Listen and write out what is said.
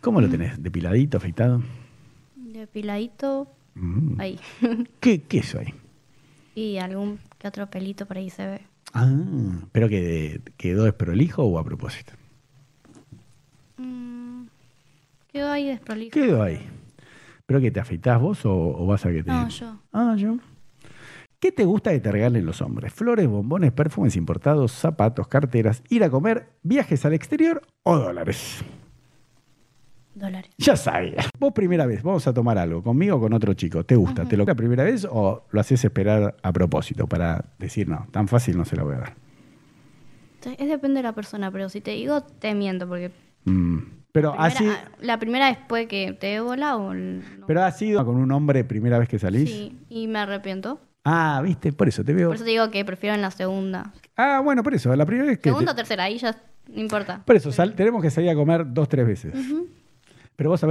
¿Cómo lo tenés? ¿Depiladito, afeitado? Depiladito, Mm. ahí. ¿Qué, qué eso hay? y algún que otro pelito por ahí se ve. Ah, pero que quedó desprolijo o a propósito. Mm, quedó ahí desprolijo. Quedó ahí. ¿Pero que te afeitás vos o, o vas a que te.? No, yo. Ah, yo. ¿Qué te gusta que te regalen los hombres? Flores, bombones, perfumes importados, zapatos, carteras, ir a comer, viajes al exterior o dólares. Dólares. Ya sabía. Vos primera vez, vamos a tomar algo, conmigo o con otro chico. ¿Te gusta? ¿Te lo la primera vez o lo haces esperar a propósito para decir no? Tan fácil no se la voy a dar. Entonces, Es depende de la persona, pero si te digo, te miento, porque Mm. Pero primera- así, la primera después que te dé bola o el- no. pero has sido con un hombre primera vez que salís. Sí, y me arrepiento. Ah, viste, por eso te veo. Por eso te digo que prefiero en la segunda. Ah, bueno, por eso, la primera vez que. Segunda o te- tercera, ahí ya no importa. Por eso, sal- tenemos que salir a comer dos, tres veces. Pero vos sabés